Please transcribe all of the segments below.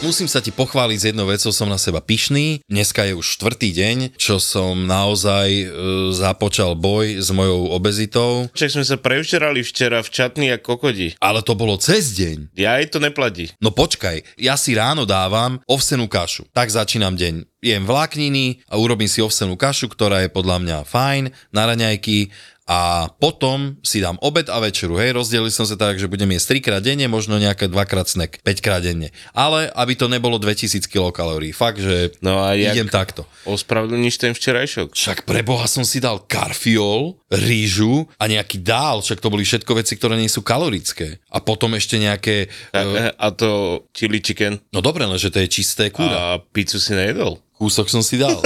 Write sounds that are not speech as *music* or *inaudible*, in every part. Musím sa ti pochváliť z jednou vecou, som na seba pyšný. Dneska je už štvrtý deň, čo som naozaj e, započal boj s mojou obezitou, Však sme sa prevčerali včera v čatni a kokodi. ale to bolo cez deň. Ja aj to neplatí. No počkaj, ja si ráno dávam ovsenú kašu. Tak začínam deň. Jem vlákniny a urobím si ovsenú kašu, ktorá je podľa mňa fajn, na raňajky a potom si dám obed a večeru. Hej, rozdelil som sa tak, že budem jesť trikrát denne, možno nejaké dvakrát snack, 5 krát denne. Ale aby to nebolo 2000 kilokalórií. Fakt, že No a jak idem takto. ospravedlníš ten včerajšok? Však pre Boha som si dal karfiol, rýžu a nejaký dál, však to boli všetko veci, ktoré nie sú kalorické. A potom ešte nejaké... A, e, eh, a to chili chicken No dobre, lenže to je čisté kúra. a pizzu si nejedol. Kúsok som si dal.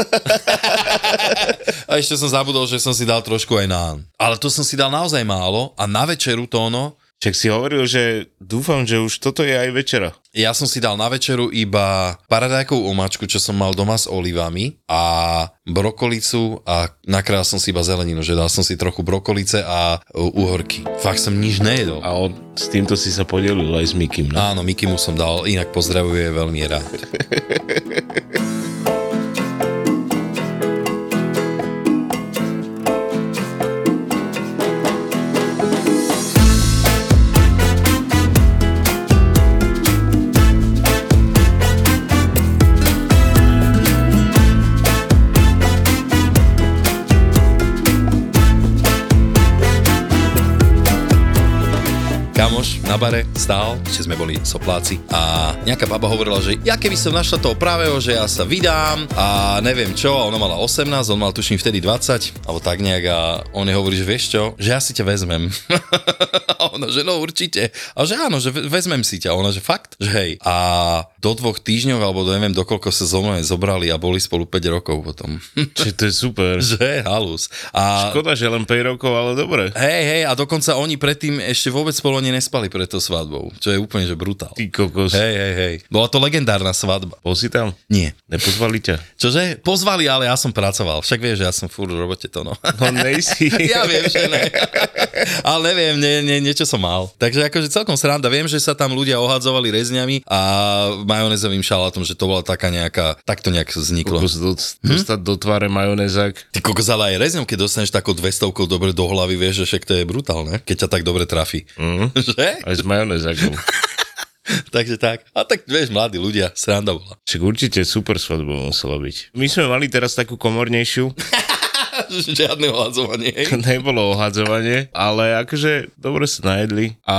a ešte som zabudol, že som si dal trošku aj nán. Ale to som si dal naozaj málo a na večeru to ono, Však si hovoril, že dúfam, že už toto je aj večera. ja som si dal na večeru iba paradajkovú omáčku, čo som mal doma s olivami a brokolicu a nakrájal som si iba zeleninu, že dal som si trochu brokolice a e, uhorky. Fakt som nič nejedol. A on, s týmto si sa podelil aj s Mikim. No? Áno, Mikimu som dal, inak pozdravuje veľmi rád. Kamoš na bare stál, ešte sme boli sopláci a nejaká baba hovorila, že ja keby som našla toho pravého, že ja sa vydám a neviem čo, a ona mala 18, on mal tuším vtedy 20, alebo tak nejak a on jej hovorí, že vieš čo, že ja si ťa vezmem. *laughs* a ona, že no určite. A že áno, že ve- vezmem si ťa. A ona, že fakt, že hej. A do dvoch týždňov, alebo do neviem, dokoľko sa so mnou zobrali a boli spolu 5 rokov potom. *laughs* Čiže to je super. že halus. A Škoda, že len 5 rokov, ale dobre. Hej, hej, a dokonca oni predtým ešte vôbec spolu ani nespali pred tou svadbou, čo je úplne, že brutál. Ty kokos. Hej, hej, hej. Bola to legendárna svadba. Bol si tam? Nie. Nepozvali ťa? Čože? Pozvali, ale ja som pracoval. Však vieš, že ja som furt v robote to, no. *laughs* No nejsi. Ja viem, že ne. *laughs* Ale neviem, nie, nie, niečo som mal. Takže akože celkom sranda. Viem, že sa tam ľudia ohadzovali rezňami a majonezovým šalátom, že to bola taká nejaká, tak to nejak vzniklo. *laughs* Kokos do, dostať do tváre majonézak. Ty kokos, ale aj rezňom, keď dostaneš takou 200 dobre do hlavy, vieš, že však to je brutálne, keď ťa tak dobre trafí. Mm. *laughs* Že? Aj s majonézakom. Takže tak. A tak vieš, mladí ľudia, sranda bola. *laughs* Však určite super svadba musela byť. My sme mali teraz takú komornejšiu, Žiadne ohadzovanie. *laughs* hej? nebolo ohadzovanie, ale akože dobre sa najedli a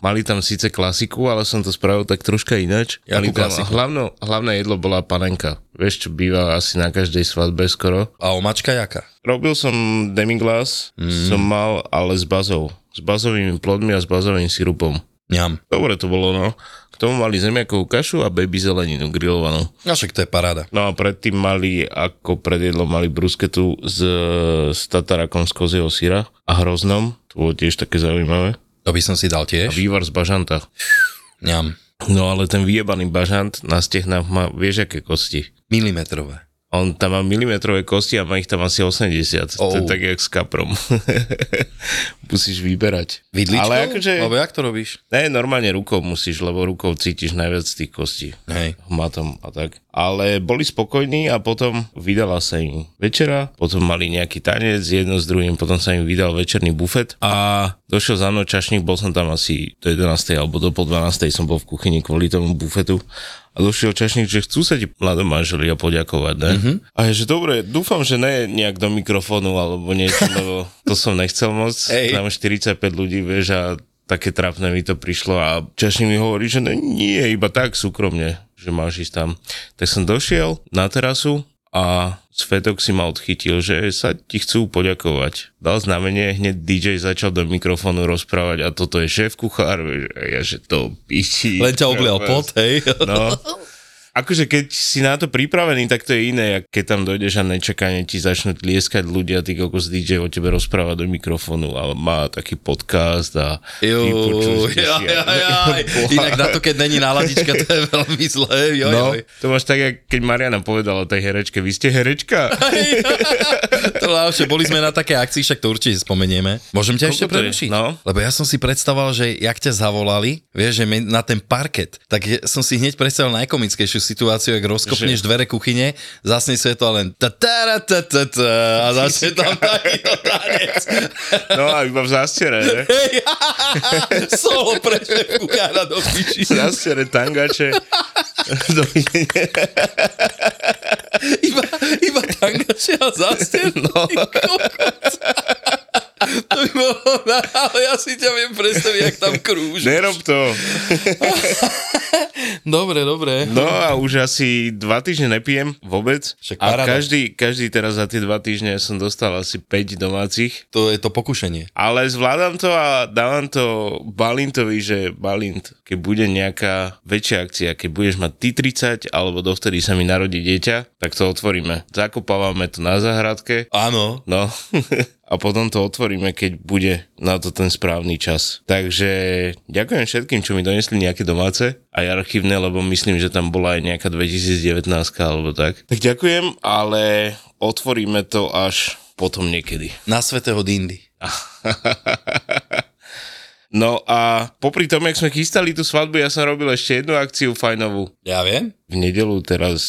mali tam síce klasiku, ale som to spravil tak troška ináč. Jakú Mali tam, klasiku? hlavno, hlavné jedlo bola panenka. Vieš, čo býva asi na každej svadbe skoro. A omačka jaká? Robil som demiglas, Mhm. mm. som mal, ale s bazou. S bazovými plodmi a s bazovým sirupom. Ňam. Dobre to bolo, no. K tomu mali zemiakovú kašu a baby zeleninu grillovanú. No však to je paráda. No a predtým mali, ako pred jedlom, mali brusketu s, s tatarakom z kozieho syra a hroznom. To bolo tiež také zaujímavé. To by som si dal A tiež. vývar z bažanta. Ňam. No ale ten vyjebaný bažant na stehnách má, vieš, aké kosti. Milimetrové. On tam má milimetrové kosti a má ich tam asi 80. Oh. To je Oh. tak, jak s kaprom. *laughs* musíš vyberať. Vidličkou? Ale akože... Lebo jak to robíš? Ne, normálne rukou musíš, lebo rukou cítiš najviac tých kostí. Hej. hmatom a tak. Ale boli spokojní a potom vydala sa im večera, potom mali nejaký tanec jedno s druhým, potom sa im vydal večerný bufet a došiel za mnou čašník, bol som tam asi do 11. alebo do po 12. som bol v kuchyni kvôli tomu bufetu a došiel čašník, že chcú sa ti mladom manželia poďakovať, ne? Mm-hmm. A ja, že dobre, dúfam, že ne nejak do mikrofónu alebo niečo, lebo to som nechcel moc. Hej. Tam 45 ľudí, vieš, a také trápne mi to prišlo a Čašník mi hovorí, že ne, nie, iba tak súkromne, že máš ísť tam. Tak som došiel na terasu a Svetok si ma odchytil, že sa ti chcú poďakovať. Dal znamenie, hneď DJ začal do mikrofónu rozprávať a toto je šéf kuchár, vieš, a ja, že to piči. *laughs* *laughs* Len ťa oblial pot, hej. No. Akože keď si na to pripravený, tak to je iné, ak keď tam dojdeš a nečakane ti začnú tlieskať ľudia, ty kokos DJ o tebe rozpráva do mikrofónu a má taký podcast a Jú, vypočuješ si jaj, a- jaj, jaj. Inak na to, keď není náladička, to je veľmi zlé. Joj, No, joj. to máš tak, jak keď Mariana povedala tej herečke, vy ste herečka? *laughs* to ľahšie, boli sme na také akcii, však to určite spomenieme. Môžem ťa Koľko ešte to je? prerušiť? No. Lebo ja som si predstavoval, že jak ťa zavolali, vieš, že mi- na ten parket, tak je- som si hneď predstavil najkomickejšiu situáciu, ak rozkopneš dvere kuchyne, zasne svetlo a len ta ta ta ta ta a začne *laughs* tam takýto tanec. No a iba v zástiere, ne? Hej, *laughs* solo pre šéfku kára do piči. V zástiere tangače. *laughs* No, Dovidenia. Iba, iba tangače a záster. No. *laughs* To by bolo, ale ja si ťa viem predstaviť, jak tam krúži. *laughs* Nerob to. Dobre, dobre. No a už asi dva týždne nepijem vôbec. Však A paráda. každý, každý teraz za tie dva týždne som dostal asi 5 domácich. To je to pokušenie. Ale zvládam to a dávam to Balintovi, že Balint, keď bude nejaká väčšia akcia, keď budeš mať ty 30, alebo dovtedy sa mi narodí dieťa, tak to otvoríme. Zakopávame to na záhradke, Áno. no *laughs* a potom to otvoríme, keď bude na to ten správny čas. Takže ďakujem všetkým, čo mi donesli nejaké domáce aj archívne, lebo myslím, že tam bola aj nejaká 2019 alebo tak. Tak ďakujem, ale otvoríme to až potom niekedy. Na svetého Dindy. No a popri tom, jak sme chystali tú svadbu, ja som robil ešte jednu akciu fajnovú. Ja viem. V nedelu teraz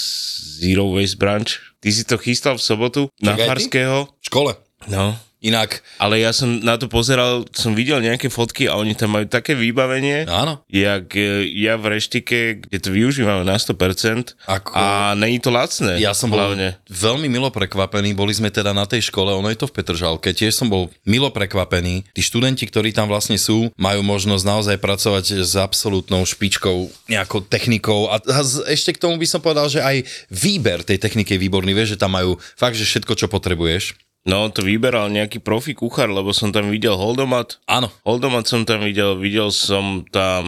Zero Waste Branch. Ty si to chystal v sobotu na Čakaj, ty? Farského. V škole. No. Inak, Ale ja som na to pozeral, som videl nejaké fotky a oni tam majú také vybavenie, áno. jak e, ja v reštike, kde to využívame na 100%. Ako- A není to lacné. Ja som bol hlavne. veľmi milo prekvapený, boli sme teda na tej škole, ono je to v Petržalke, tiež som bol milo prekvapený. Tí študenti, ktorí tam vlastne sú, majú možnosť naozaj pracovať s absolútnou špičkou, nejakou technikou a, a z, ešte k tomu by som povedal, že aj výber tej techniky je výborný, vieš, že tam majú fakt, že všetko, čo potrebuješ. No, to vyberal nejaký profi kuchár, lebo som tam videl holdomat. Áno, Holdomat som tam videl, videl som tam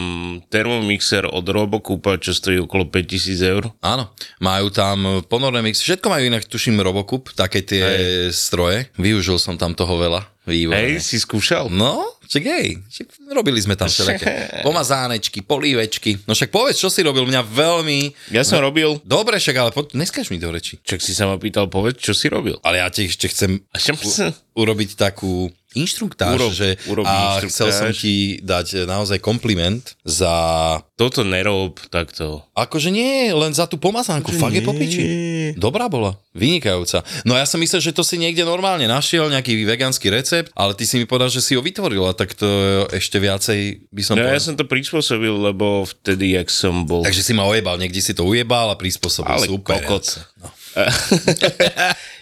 termomixer od Robocupa, čo stojí okolo 5000 eur. áno. Majú tam ponorné mix, všetko majú inak, tuším, Robocup, také tie stroje. Využil som tam toho veľa. Výborné. Hej, si skúšal? No, však hej, však robili sme tam všelijaké *laughs* pomazánečky, polívečky. No však povedz, čo si robil, mňa veľmi... Ja som robil, Dobre, však ale po... neskáž mi do reči. čak si sa ma pýtal, povedz, čo si robil. Ale ja ti ešte chcem A šem sa... urobiť takú inštruktáž, Urob- že urob a inštruktáž. chcel som ti dať e, naozaj kompliment za... Toto nerob takto. Akože nie, len za tú Akože pomazánku, fakt je popiči. Dobrá bola, vynikajúca. No ja som myslel, že to si niekde normálne našiel, nejaký vegánsky recept, ale ty si mi povedal, že si ho vytvorila, tak to ešte viacej by som No povedal. ja som to prispôsobil, lebo vtedy, jak som bol... Takže si ma ojebal, niekde si to ujebal a prispôsobil. Ale Super. kokot.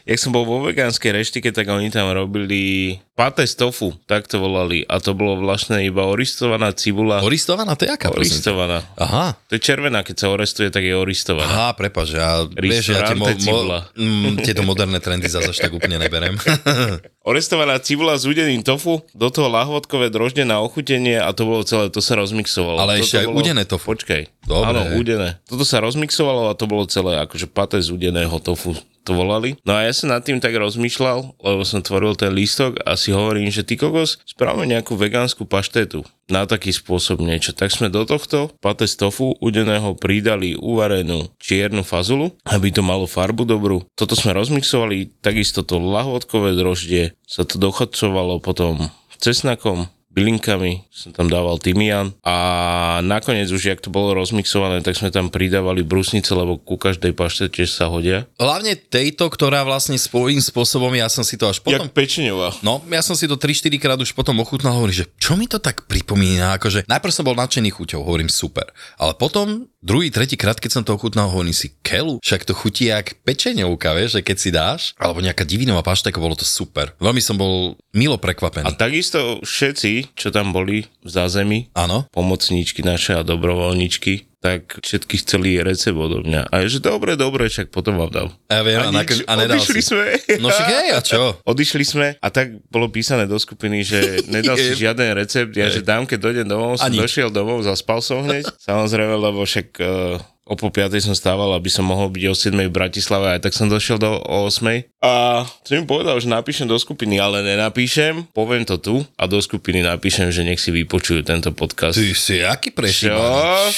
jak som bol vo vegánskej reštike, tak oni tam robili paté z tofu, tak to volali. A to bolo vlastne iba oristovaná cibula. Oristovaná, to je aká, prosím? ťa? Oristovaná. Aha. To je červená, keď sa orestuje, tak je oristovaná. Aha, prepáč, ja, vieš, ja tie mo- Ristorante cibula. mo- mm, tieto moderné trendy zase až tak úplne neberem. *laughs* Orestovaná cibula s udeným tofu, do toho lahvodkové drožde na ochutenie a to bolo celé, to sa rozmixovalo. Ale Toto ešte aj udené tofu. Počkaj. Dobre. Áno, udené. Toto sa rozmixovalo a to bolo celé akože paté z udeného tofu to volali. No a ja som nad tým tak rozmýšľal, lebo som tvoril ten lístok a si hovorím, že ty kokos, správame nejakú vegánsku paštetu na taký spôsob niečo. Tak sme do tohto paté z tofu udeného pridali uvarenú čiernu fazulu, aby to malo farbu dobrú. Toto sme rozmixovali, takisto to lahvodkové droždie sa to dochodcovalo potom cesnakom, bylinkami, som tam dával tymián a nakoniec už, jak to bolo rozmixované, tak sme tam pridávali brusnice, lebo ku každej paštete sa hodia. Hlavne tejto, ktorá vlastne svojím spôsobom, ja som si to až potom... pečňová. No, ja som si to 3-4 krát už potom ochutnal, hovorím, že čo mi to tak pripomína, akože najprv som bol nadšený chuťou, hovorím super, ale potom druhý, tretí krát, keď som to ochutnal, hovorím si keľu, však to chutí jak pečeňovka, vieš, že keď si dáš, alebo nejaká divinová pašteka, bolo to super. Veľmi som bol milo A prekvapený. takisto všetci, čo tam boli v zázemí, Áno, pomocníčky naše a dobrovoľničky, tak všetky chceli recept odo mňa. A je, že dobre, dobre, však potom vám dám. ja viem, a, nakon- nič, a nedal odišli si. sme. No však hej, a čo? Odišli sme a tak bolo písané do skupiny, *laughs* že nedal si žiaden recept, ja že dám, keď dojdem domov, som Ani. *laughs* došiel domov, zaspal som hneď, samozrejme, lebo však uh, O po 5 som stával, aby som mohol byť o 7 v Bratislave, aj tak som došiel do o 8. A som mi povedal, že napíšem do skupiny, ale nenapíšem, poviem to tu a do skupiny napíšem, že nech si vypočujú tento podcast. Ty si aký *laughs* Čo? prešibaný.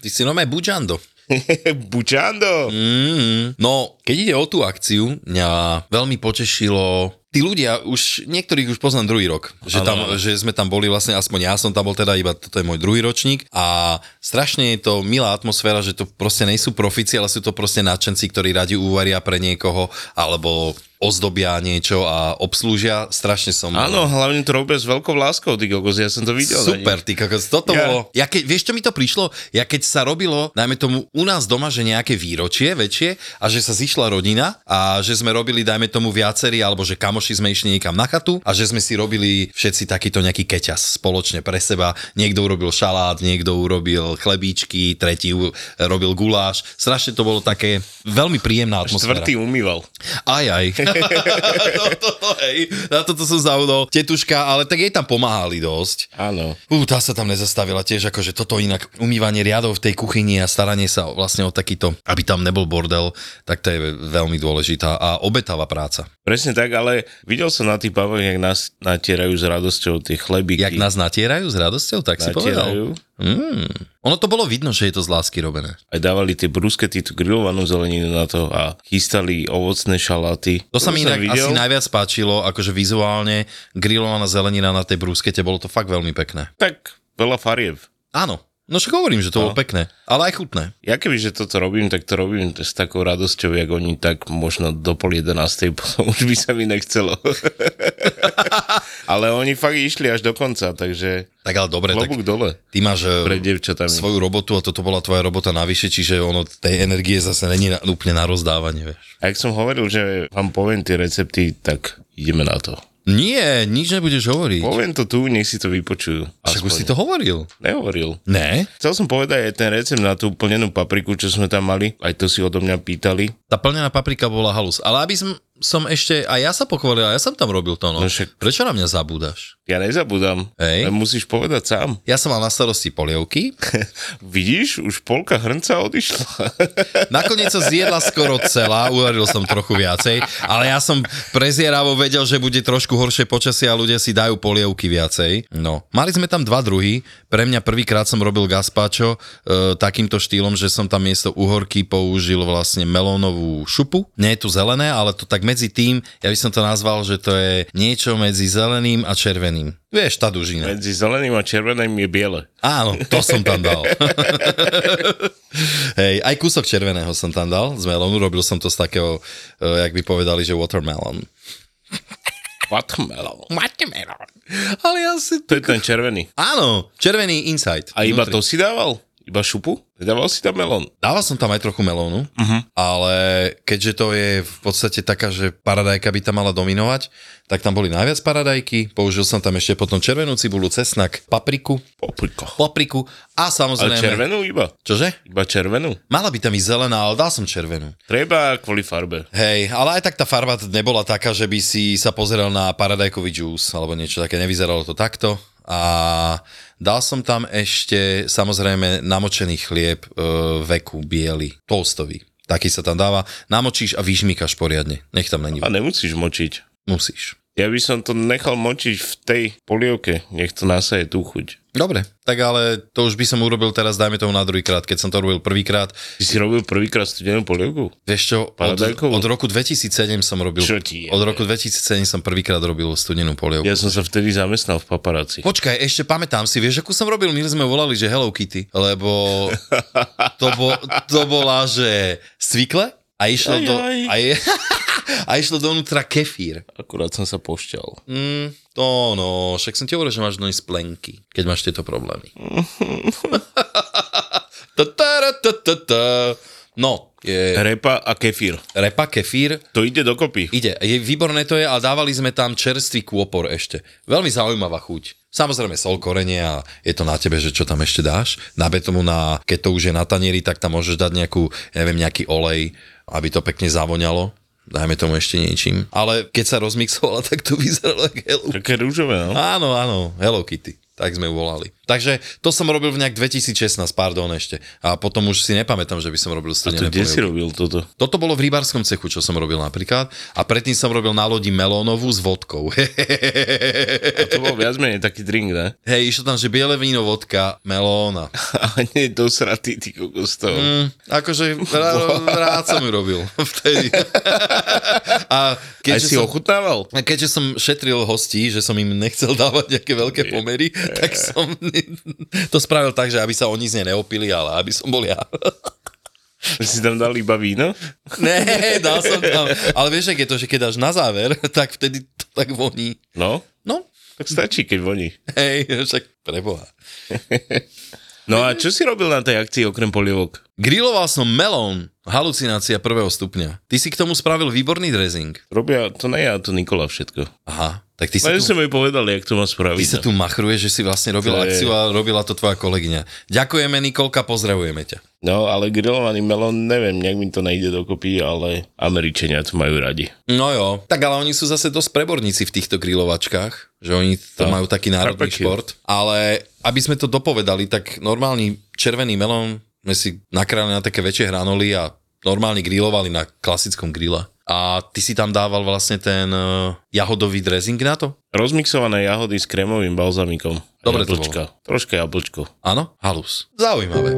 Ty si nome buďando. Bučando! Mhm. Mm. No, keď ide o tú akciu, mňa veľmi potešilo tí ľudia, už niektorých už poznám druhý rok, že, Áno, tam, áno. že sme tam boli vlastne, aspoň ja som tam bol teda, iba toto je môj druhý ročník a strašne je to milá atmosféra, že to proste nejsú profici, ale sú to proste nadšenci, ktorí radi uvaria pre niekoho alebo ozdobia niečo a obslúžia. Strašne som... Áno, hlavne to robia s veľkou láskou, ty kokos, ja som to videl. na nich. Super, ty kokos, toto Ja. ja. bolo. Ja keď, vieš, čo mi to prišlo? Ja keď sa robilo, dajme tomu u nás doma, že nejaké výročie väčšie a že sa zišla rodina a že sme robili, dajme tomu viacerí, alebo že kamoši sme išli niekam na chatu a že sme si robili všetci takýto nejaký keťas spoločne pre seba. Niekto urobil šalát, niekto urobil chlebíčky, tretí u- robil guláš. Strašne to bolo také veľmi príjemná atmosféra. Štvrtý umýval. Aj, *laughs* aj. *laughs* to, to, to, hej. Na toto som zaudol. Tetuška, ale tak jej tam pomáhali dosť. Áno. Ú, tá sa tam nezastavila tiež, akože toto inak umývanie riadov v tej kuchyni a staranie sa o- vlastne o takýto, aby tam nebol bordel, tak to je veľmi dôležitá a obetáva práca, Presne tak, ale videl som na tých pavoch, jak nás natierajú s radosťou tie chlebíky. Jak nás natierajú s radosťou, tak si povedal. natierajú. Mm. Ono to bolo vidno, že je to z lásky robené. Aj dávali tie bruskety, tú grillovanú zeleninu na to a chystali ovocné šaláty. To sa mi som inak asi najviac páčilo, akože vizuálne grillovaná zelenina na tej brúskete, bolo to fakt veľmi pekné. Tak veľa farieb. Áno, no však hovorím, že to No. bolo pekné, ale aj chutné. Ja keby, že toto robím, tak to robím s takou radosťou, jak oni, tak možno do pol 11. *laughs* potom už by sa mi *laughs* nechcelo. Ale oni fakt išli až do konca, takže Tak ale dobre, tak klobúk dole ty máš e, pred devčatami. svoju robotu a toto bola tvoja robota navyše, čiže ono tej energie zase není na, úplne na rozdávanie, vieš. A jak som hovoril, že vám poviem tie recepty, tak ideme na to. Nie, nič nebudeš hovoriť. Poviem to tu, nech si to vypočujú. Však už Aspoň. si to hovoril. Nehovoril. Ne? Chcel som povedať aj ten recept na tú plnenú papriku, čo sme tam mali. Aj to si odo mňa pýtali. Tá plnená paprika bola halus. Ale aby som, som ešte, a ja sa pochválil, a ja som tam robil to, no. No však- Prečo na mňa zabúdaš? Ja nezabudám. Hej. Ale musíš povedať sám. *laughs* Ja som mal na starosti polievky, Vidíš, už polka hrnca odišla. *laughs* nakoniec sa zjedla skoro celá, uvaril som trochu viacej, ale ja som prezieravo vedel, že bude trošku horšie počasie a ľudia si dajú polievky viacej. No, mali sme tam dva druhy, pre mňa prvýkrát som robil gazpacho e, takýmto štýlom, že som tam miesto uhorky použil vlastne melónovú šupu. Nie je tu zelené, ale to tak medzi tým, ja by som to nazval, že to je niečo medzi zeleným a červeným. Vieš, tá dužina. Medzi zeleným a červeným je biele. Áno, to som tam dal. *laughs* Hej, aj kúsok červeného som tam dal z melónu, robil som to z takého, e, jak by povedali, že watermelon. Watermelon. Watermelon. Ale ja si... To je ten červený. Áno, červený inside. A iba to si dával? Iba šupu? Dával si tam melón. Dával som tam aj trochu melónu, uh-huh. Mhm. ale keďže to je v podstate taká, že paradajka by tam mala dominovať, tak tam boli najviac paradajky, použil som tam ešte potom červenú cibulu, cesnak, papriku, Paprika. papriku a Ale samozrejme... červenú iba. Čože? Iba červenú. Mala by tam ísť zelená, ale dal som červenú. Treba kvôli farbe. Hej, ale aj tak tá farba t- nebola taká, že by si sa pozrel na paradajkový juice alebo niečo také, nevyzeralo to takto. A dal som tam ešte samozrejme namočený chlieb e, veku biely, toastový. Taký sa tam dáva, namočíš a vyžmýkaš poriadne. Nech tam není. A nemusíš močiť. Musíš. Ja by som to nechal močiť v tej polievke. Nech to nasaje tú chuť. Dobre, tak ale to už by som urobil teraz, dajme tomu na druhýkrát, keď som to robil prvýkrát. Ty si robil prvýkrát studenú polievku? Vieš čo, od, Paradajkovú? od roku 2007 som robil, Čo ti je? od roku 2007 som prvýkrát robil studenú polievku. Ja som sa vtedy zamestnal v paparáci. Počkaj, ešte pamätám si, vieš, akú som robil? My sme volali, že Hello Kitty, lebo to, bo, to bola, že svikle a išlo, Aj, do, aj. a, je, *laughs* a išlo dovnútra kefír. Akurát som sa pošťal. Mm, to no, však som ti hovoril, že máš dnes plenky, keď máš tieto *laughs* problémy. Ta-ta-ra-ta-ta-ta. No, je Repa a kefír. repa, kefír, To ide dokopy. Ide, je, výborné to je a dávali sme tam čerstvý kôpor ešte. Veľmi zaujímavá chuť. Samozrejme sol korenie a je to na tebe, že čo tam ešte dáš. Nabe tomu na, keď to už je na tanieri, tak tam môžeš dať nejakú, ja neviem, nejaký olej, aby to pekne zavoňalo. Dajme tomu ešte *laughs* niečím. Ale keď sa rozmixovala, tak to vyzeralo ako Hello Také rúžové, no. Áno, áno, Hello Kitty. tak sme ju volali. Takže to som robil v nejak 2016, pardon ešte. A potom už si nepamätám, že by som robil A to studené kde polievky. si robil toto? Toto bolo v rybárskom cechu, čo som robil napríklad. A predtým som robil na lodi melónovú s vodkou. *laughs* A to bol viac menej taký drink, ne? *laughs* Hej, išlo tam, že biele víno, vodka, melóna. A nie je dosratý, ty kokos toho. Mm. Mm, akože rá, rád som ju robil *laughs* vtedy. A Aj si som, ochutnával? a keďže som šetril hostí, že som im nechcel *laughs* dávať nejaké veľké pomery, tak som to spravil tak, že aby sa oni z nej neopili, ale aby som bol ja. *laughs* Že si tam dal iba víno? Ne, dal som tam. Ale vieš, aké je to, že keď dáš na záver, *laughs* tak vtedy to tak voní. No, No, tak stačí, keď voní. hej, však preboha. No a čo si robil na tej akcii okrem polievok? Griloval som melón, halucinácia prvého stupňa. Ty si k tomu spravil výborný dressing. Robia to ne ja, to Nikola všetko. Aha, tak ty si Len tu... som jej povedal, jak to má spraviť. no. Ty sa tu machruješ, že si vlastne robil To je- akciu a robila to tvoja kolegyňa. Ďakujeme, Nikolka, pozdravujeme ťa. No, ale grillovaný melón, neviem, nejak mi to nejde dokopy, ale Američania to majú radi. No jo, tak ale oni sú zase dosť preborníci v týchto grilovačkách, že oni to No, majú taký národný barbecue. šport. Ale aby sme to dopovedali, tak normálny červený melón sme si nakrájali na také väčšie hranoly a normálne grilovali na klasickom grille. A ty si tam dával vlastne ten eh, jahodový dressing na to? Rozmixované jahody s krémovým balzamikom. A Dobre to jablčka. Troška jablčko. Áno, halus. Zaujímavé.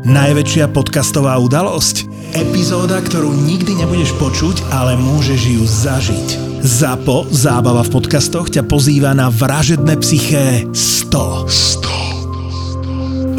Najväčšia podcastová udalosť? Epizóda, ktorú nikdy nebudeš počuť, ale môžeš ju zažiť. ZAPO, zábava v podcastoch, ťa pozýva na vražedné psyché 100. 100.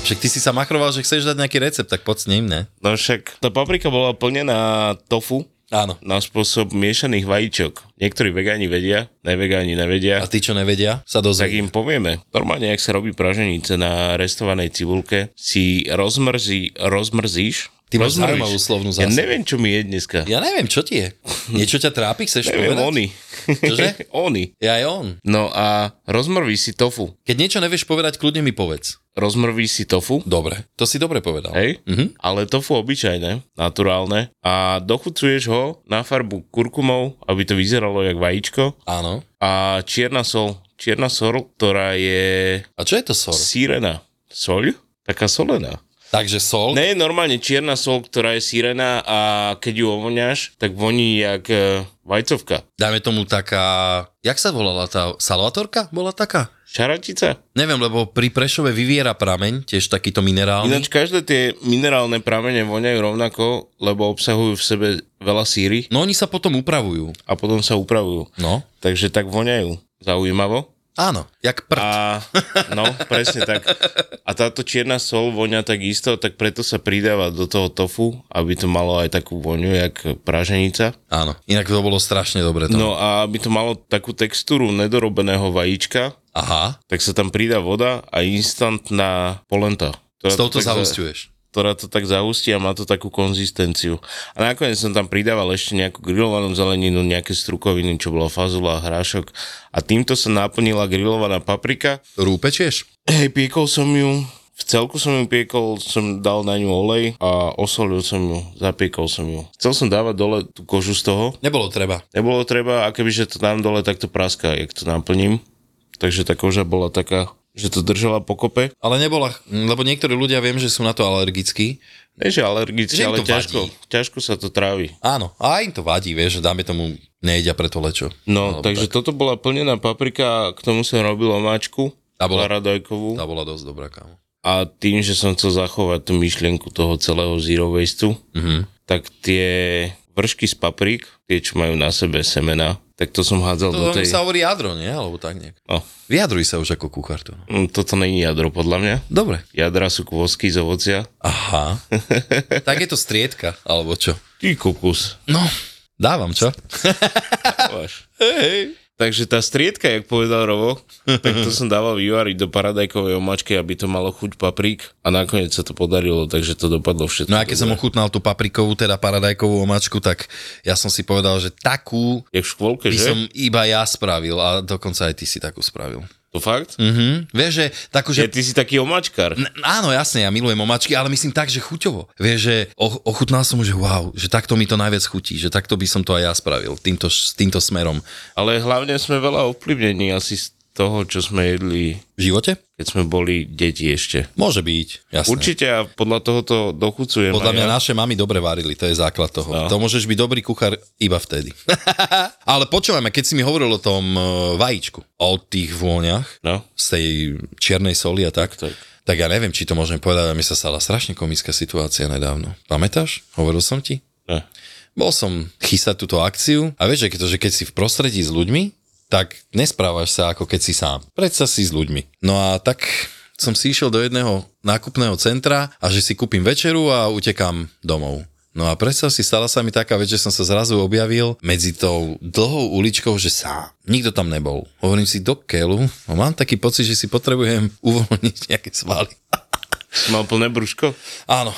Však ty si sa machroval, že chceš dať nejaký recept, tak poď s ním, ne? No však tá paprika bola plnená tofu Áno. na spôsob miešaných vajíčok. Niektorí vegáni vedia, nevegáni nevedia. A tí, čo nevedia, sa Tak dozvedia. im povieme. Normálne, ak sa robí praženice na restovanej cibulke, si rozmrzí, rozmrzíš. Ty máš rozmrzíš. zaujímavú slovnú Ja zásobu. neviem, čo mi je dneska. Ja neviem, čo *laughs* ti je. Niečo ťa trápi, chceš neviem, povedať? oni. Čože? *laughs* oni. Ja aj on. No a rozmrví si tofu. Keď niečo nevieš povedať, kľudne mi povedz. Rozmrví si tofu, Dobre, to si dobre povedal. hej? Mhm. Ale tofu obyčajné, naturálne. A dochucuješ ho na farbu kurkumou, aby to vyzeralo jak vajíčko. Áno. A čierna sol. Čierna sol, ktorá je A čo je to sol? sírená. Soľ? Taká solená. Takže sol? Ne, normálne čierna sol, ktorá je sírená a keď ju ovoňáš, tak voní jak e, vajcovka. Dajme tomu taká... Jak sa volala tá... Salvatorka bola taká? Šaratica? Neviem, lebo pri Prešove vyviera prameň, tiež takýto minerálny. Ináč každé tie minerálne pramene voňajú rovnako, lebo obsahujú v sebe veľa síry No oni sa potom upravujú. a potom sa upravujú. No. Takže tak voňajú. Zaujímavo. Áno, jak prd. A no, presne tak. A táto čierna sol voňa tak isto, tak preto sa pridáva do toho tofu, aby to malo aj takú voňu, jak praženica. Áno. Inak to bolo strašne dobre. To. No a aby to malo takú textúru nedorobeného vajíčka, Aha. tak sa tam pridá voda a instantná polenta. Ktorá S touto to tak za- zahusťuješ. ktorá to tak zahustí a má to takú konzistenciu. A nakoniec som tam pridával ešte nejakú grillovanú zeleninu, nejaké strukoviny, čo bola fazula, hrášok. A týmto sa naplnila grillovaná paprika. Rúpečieš? Hej, piekol som ju, v celku som ju piekol, som dal na ňu olej a osolil som ju, zapiekol som ju. Chcel som dávať dole tú kožu z toho, Nebolo treba. nebolo treba, a kebyže to dám dole, tak to praská, jak to naplním. Takže tá koža bola taká, že to držala pokope. Ale nebola, lebo niektorí ľudia viem, že sú na to alergickí. Nie, že alergicky, Že im ale to ťažko, vadí. ťažko sa to trávi. Áno, a im to vadí, vieš, že dáme tomu, nejedia preto lečo. No, takže tak. toto bola plnená paprika, k tomu som robil omáčku, Tá bola- paradajkovú. Tá bola dosť dobrá, kámo. A tým, že som chcel zachovať tú myšlienku toho celého zero wasteu, Mhm. tak tie vršky z paprík, tie, čo majú na sebe semena, tak to som hádzal do To tej... tej... sa hovorí jadro, nie? Alebo tak nejak. No, Vyjadruj sa už ako kuchár tu. no. mm, toto není jadro, podľa mňa. Dobre. Jadra sú kvosky z ovocia. Aha. *laughs* tak je to striedka, alebo čo? Ty kokus. No, dávam, čo? Dávaš. Takže tá striedka, jak povedal Rovo, tak to som dával vyvariť do paradajkovej omačky, aby to malo chuť paprík a nakoniec sa to podarilo, takže to dopadlo všetko. No a keď som dobre. ochutnal tú paprikovú, teda paradajkovú omáčku, tak ja som si povedal, že takú Jak v škôlke, by že? som iba ja spravil a dokonca aj ty si takú spravil. To fakt? Mhm. Vieš, že takú, že... Že ty si taký omačkar. N- Áno, jasne, ja milujem omáčky, ale myslím tak, že chuťovo. Vieš, že och- ochutnal som, že wow, že takto mi to najviac chutí, že takto by som to aj ja spravil, týmto, š- týmto smerom. Ale hlavne sme veľa ovplyvnení asi z toho, čo sme jedli, V živote? keď sme boli deti ešte. Môže byť, jasne. Určite a podľa toho to dochucujem. Podľa aj mňa ja. naše mami dobre varili, to je základ toho. No. No. To môžeš byť dobrý kuchár iba vtedy. *laughs* Ale počúvaj ma, keď si mi hovoril o tom e, vajíčku, o tých vôňach No, z tej čiernej soli a tak, tak, tak Tak. ja neviem, či to môžem povedať, ale mi sa stala strašne komická situácia nedávno. Pamätáš? Hovoril som ti? ne. Bol som chystať túto akciu a vieš, že keď, že keď si v prostredí s ľuďmi, tak nesprávaš sa ako keď si sám. Predsa si s ľuďmi. No a tak som si išiel do jedného nákupného centra a že si kúpim večeru a utekám domov. No a predstav si, stala sa mi taká vec, že som sa zrazu objavil medzi tou dlhou uličkou, že sám. Nikto tam nebol. Hovorím si do keľu, no mám taký pocit, že si potrebujem *laughs* uvoľniť nejaké svaly. Si mal plné brúško? Áno.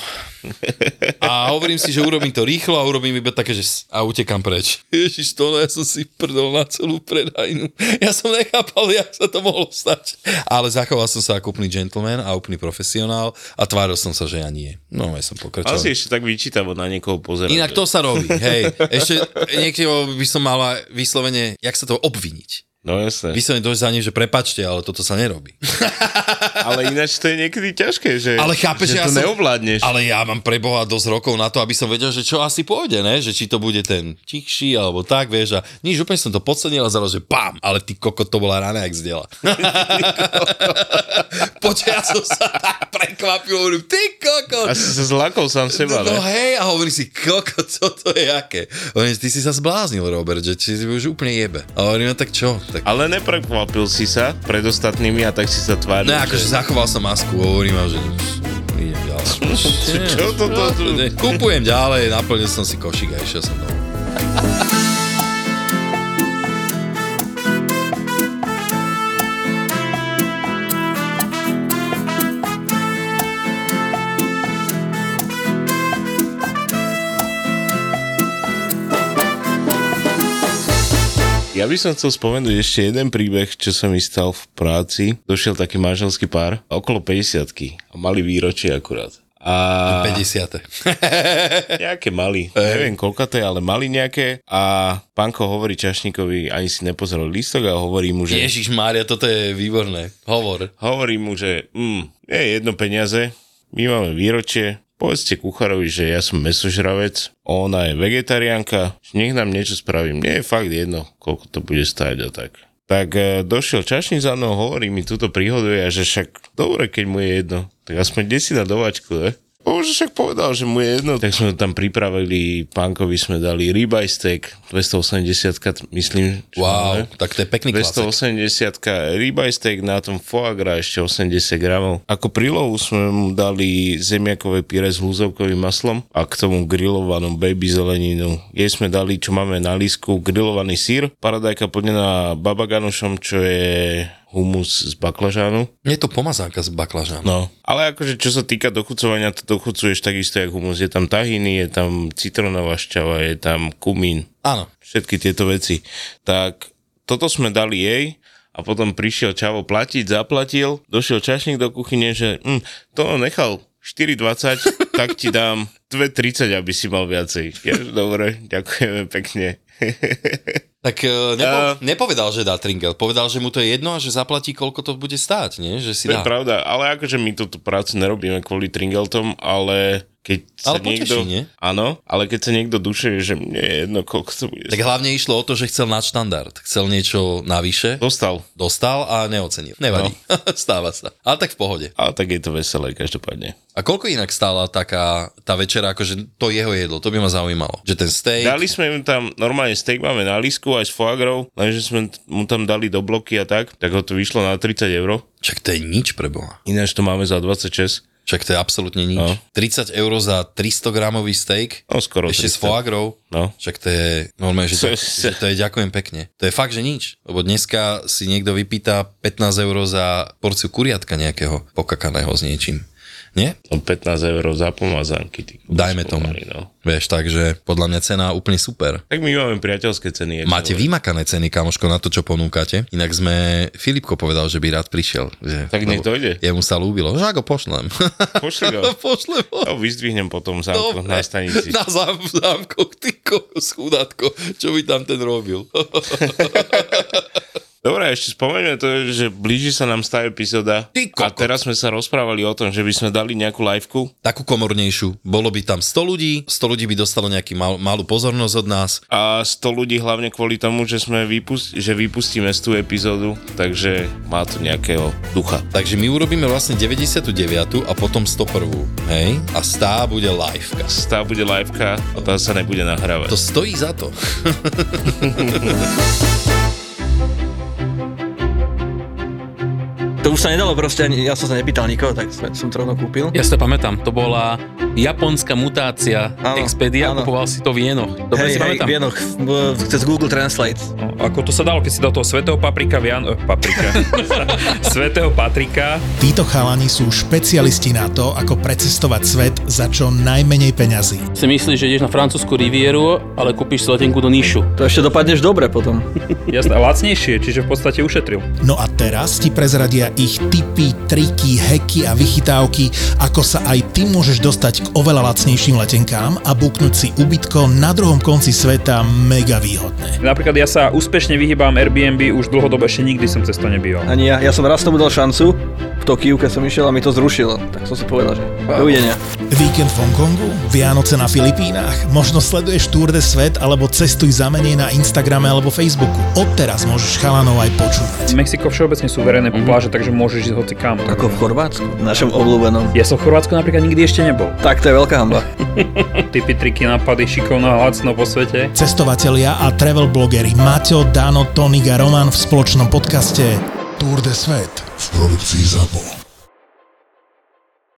A hovorím si, že urobím to rýchlo a urobím iba také, že s- a utekam preč. Ježiš, to ja som si prdol na celú predajnu. Ja som nechápal, jak sa to mohlo stať. Ale zachoval som sa ako úplný gentleman a úplný profesionál a tváril som sa, že ja nie. No ja som pokračoval. Asi ešte tak vyčítavo na niekoho pozerať. Inak to sa robí, hej. Ešte niekto by som mala vyslovene, jak sa to obviniť. No jasné. Vyslovene dojsť za ním, že prepačte, ale toto sa nerobí. Ale ináč to je niekedy ťažké, že, Ale chápeš, že ja to som- neovládneš. Ale ja mám pre Boha dosť rokov na to, aby som vedel, že čo asi pôjde, ne? Že či to bude ten tichší, alebo tak, vieš. A nič, úplne som to podcenil a zrazu, že pam, ale ty koko, to bola rana, jak zdela. *laughs* Počkaj, ja som sa tak prekvapil, hovorím, ty koko. Asi sa zlakol sám seba, No ne? hej, a hovorí si, koko, čo to je aké? Hovorím, ty si sa zbláznil, Robert, že či si už úplne jebe. A hovorím, no tak čo? Tak Ale neprekvapil si sa pred ostatnými a tak si sa tváril. No akože zachoval som masku, hovorím vám, že idem *laughs* ďalej. Čo to No, to tu? Kúpujem ďalej, naplnil som si košík a išiel som domov. Ja by som chcel spomenúť ešte jeden príbeh, čo sa mi stal v práci. Došiel taký manželský pár, okolo 50 a mali výročie akurát. A 50. nejaké mali, neviem koľko to je, ale mali nejaké a pánko hovorí Čašníkovi, ani si nepozrel lístok a hovorí mu, že... Ježiš Mária, toto je výborné. Hovor. hovorí mu, že mm, nie je jedno peniaze, my máme výročie, povedzte kuchárovi, že ja som mesožravec, ona je vegetariánka, že nech nám niečo spravím. Nie je fakt jedno, koľko to bude stáť a tak. Tak e, došiel čašník za mnou, hovorí mi túto príhodu a že však dobre, keď mu je jedno, tak aspoň desina dovačku, ne? On že však povedal, že mu je jedno. Tak sme tam pripravili, pánkovi sme dali ribeye steak, 280 myslím. že Wow, máme. tak to je pekný klasik. 280 ribeye steak na tom foie gras ešte 80 gramov. Ako prílohu sme mu dali zemiakové pire s húzovkovým maslom a k tomu grillovanú baby zeleninu. Jej sme dali, čo máme na lísku, grillovaný sír, paradajka podnená babaganušom, čo je humus z baklažánu. Je to pomazánka z baklažánu. No. Ale akože čo sa týka dochucovania, to dochucuješ takisto jak humus. Je tam tahiny, je tam citronová šťava, je tam kumín Áno. všetky tieto veci. Tak toto sme dali jej a potom prišiel Čavo platiť, zaplatil, došiel čašník do kuchyne, že hm, to nechal 4,20, tak ti dám 2,30, aby si mal viacej. Ja, že dobre, ďakujeme pekne. Tak e, nepo, Eh. nepovedal, že dá Tringel. Povedal, že mu to je jedno a že zaplatí, koľko to bude stáť, nie? Že si To je dá. pravda, ale akože my túto prácu nerobíme kvôli Tringeltom, ale keď sa Ale poteší, niekto... nie? Áno, ale keď sa niekto dušuje, že mne je jedno, koľko to bude. Tak hlavne išlo o to, že chcel na štandard. Chcel niečo navyše, Dostal. dostal a neocenil. Nevadí. No. *laughs* Stáva sa. Ale tak v pohode. Ale tak je to veselé každopádne. A koľko inak stála taká tá večera, akože to jeho jedlo, to by ma zaujímalo. Že ten steak, Dali sme mu tam, normálne steak máme na lísku aj s foie gras, lenže sme t- mu tam dali do bloky a tak, tak ho to vyšlo na 30 eur. čak to je nič pre Boha. Ináč to máme za 26. Však to je absolútne nič. No. 30 eur za 300 gramový steak, No skoro ešte s 300. foie gras. No. Však to je normálne, že to, Co- že to je ďakujem pekne. To je fakt, že nič. Lebo dneska si niekto vypýta 15 eur za porciu kuriatka nejakého pokakaného s niečím. Nie? No 15 eur za pomazánky. Ty, kokos, Dajme tomu. pomaly, No. Vieš, takže podľa mňa cena úplne super. Tak my máme priateľské ceny. Máte vy? vymakané ceny, kamoško, na to, čo ponúkate. Inak sme, Filipko povedal, že by rád prišiel. Že, Tak nech lebo dojde. Jemu sa lúbilo. Že ako pošlem. Pošli *laughs* ho. pošlem ho. No, vyzdvihnem potom zámko Dobre. na stanici. No, Na zám, zámkoch, ty kokos, chudátko. Čo by tam ten robil? Dobre, ešte spomeňme to, že blíži sa nám tá epizóda. Ty A kokot. teraz sme sa rozprávali o tom, že by sme dali nejakú liveku. *laughs* Takú komornejšiu. Bolo by tam 100 ľudí, 100 ľudí by dostalo nejaký mal, malú pozornosť od nás. A 100 ľudí hlavne kvôli tomu, že, sme vypust- že vypustíme z tú epizódu, takže má to nejakého ducha. Takže my urobíme vlastne 99. a potom 101. Hej? A stá bude liveka. Tá bude liveka a tá sa nebude To nahrávať. stojí za to. To už sa nedalo proste, ani, ja som sa nepýtal nikoho, tak sme- som to rovno kúpil. Ja si to pamätám, to bola japonská mutácia Áno, Expedia, áno. kupoval si to v jenoch. Dobre Hej, si hej, pamätám. vienok, v- v- cez Google Translate. No, Ako to sa dalo, keď si dal toho svetého paprika, vian... eh, paprika. *laughs* svetého Patrika. Títo chalani sú špecialisti na to, ako precestovať svet za čo najmenej peňazí. si myslíš, že ideš na francúzsku rivieru, ale kúpiš si letenku do Nišu. To ešte dopadneš dobre potom. Jasné, a lacnejšie, čiže v podstate ušetril. No a teraz ti prezradia ich tipy, triky, heky a vychytávky, ako sa aj ty môžeš dostať k oveľa lacnejším letenkám a buknúť si ubytko na druhom konci sveta mega výhodné. Napríklad ja sa úspešne vyhýbam Airbnb, už dlhodobo ešte nikdy som cez to nebýval. Ani ja, ja som raz tomu dal šancu, v Tokiu, keď som išiel a mi to zrušilo. Tak som si povedal, že dovidenia. Víkend v Hongkongu, Vianoce na Filipínach, možno sleduješ Tour de Svet alebo cestuj za menej na Instagrame alebo Facebooku. Odteraz môžeš chalanov aj počúvať. Mexiko všeobecne sú verejné pláže, takže môžeš ísť hoci kam. Ako v Chorvátsku, našom obľúbenom. Ja som v Chorvátsku napríklad nikdy ešte nebol. Tak to je veľká hamba. Typy, triky, nápady, šikovná, lacno po svete. Cestovatelia a travel blogeri Mateo, Dano, Tonik a Roman v spoločnom podcaste Tour de Svet v produkcii ZAPO.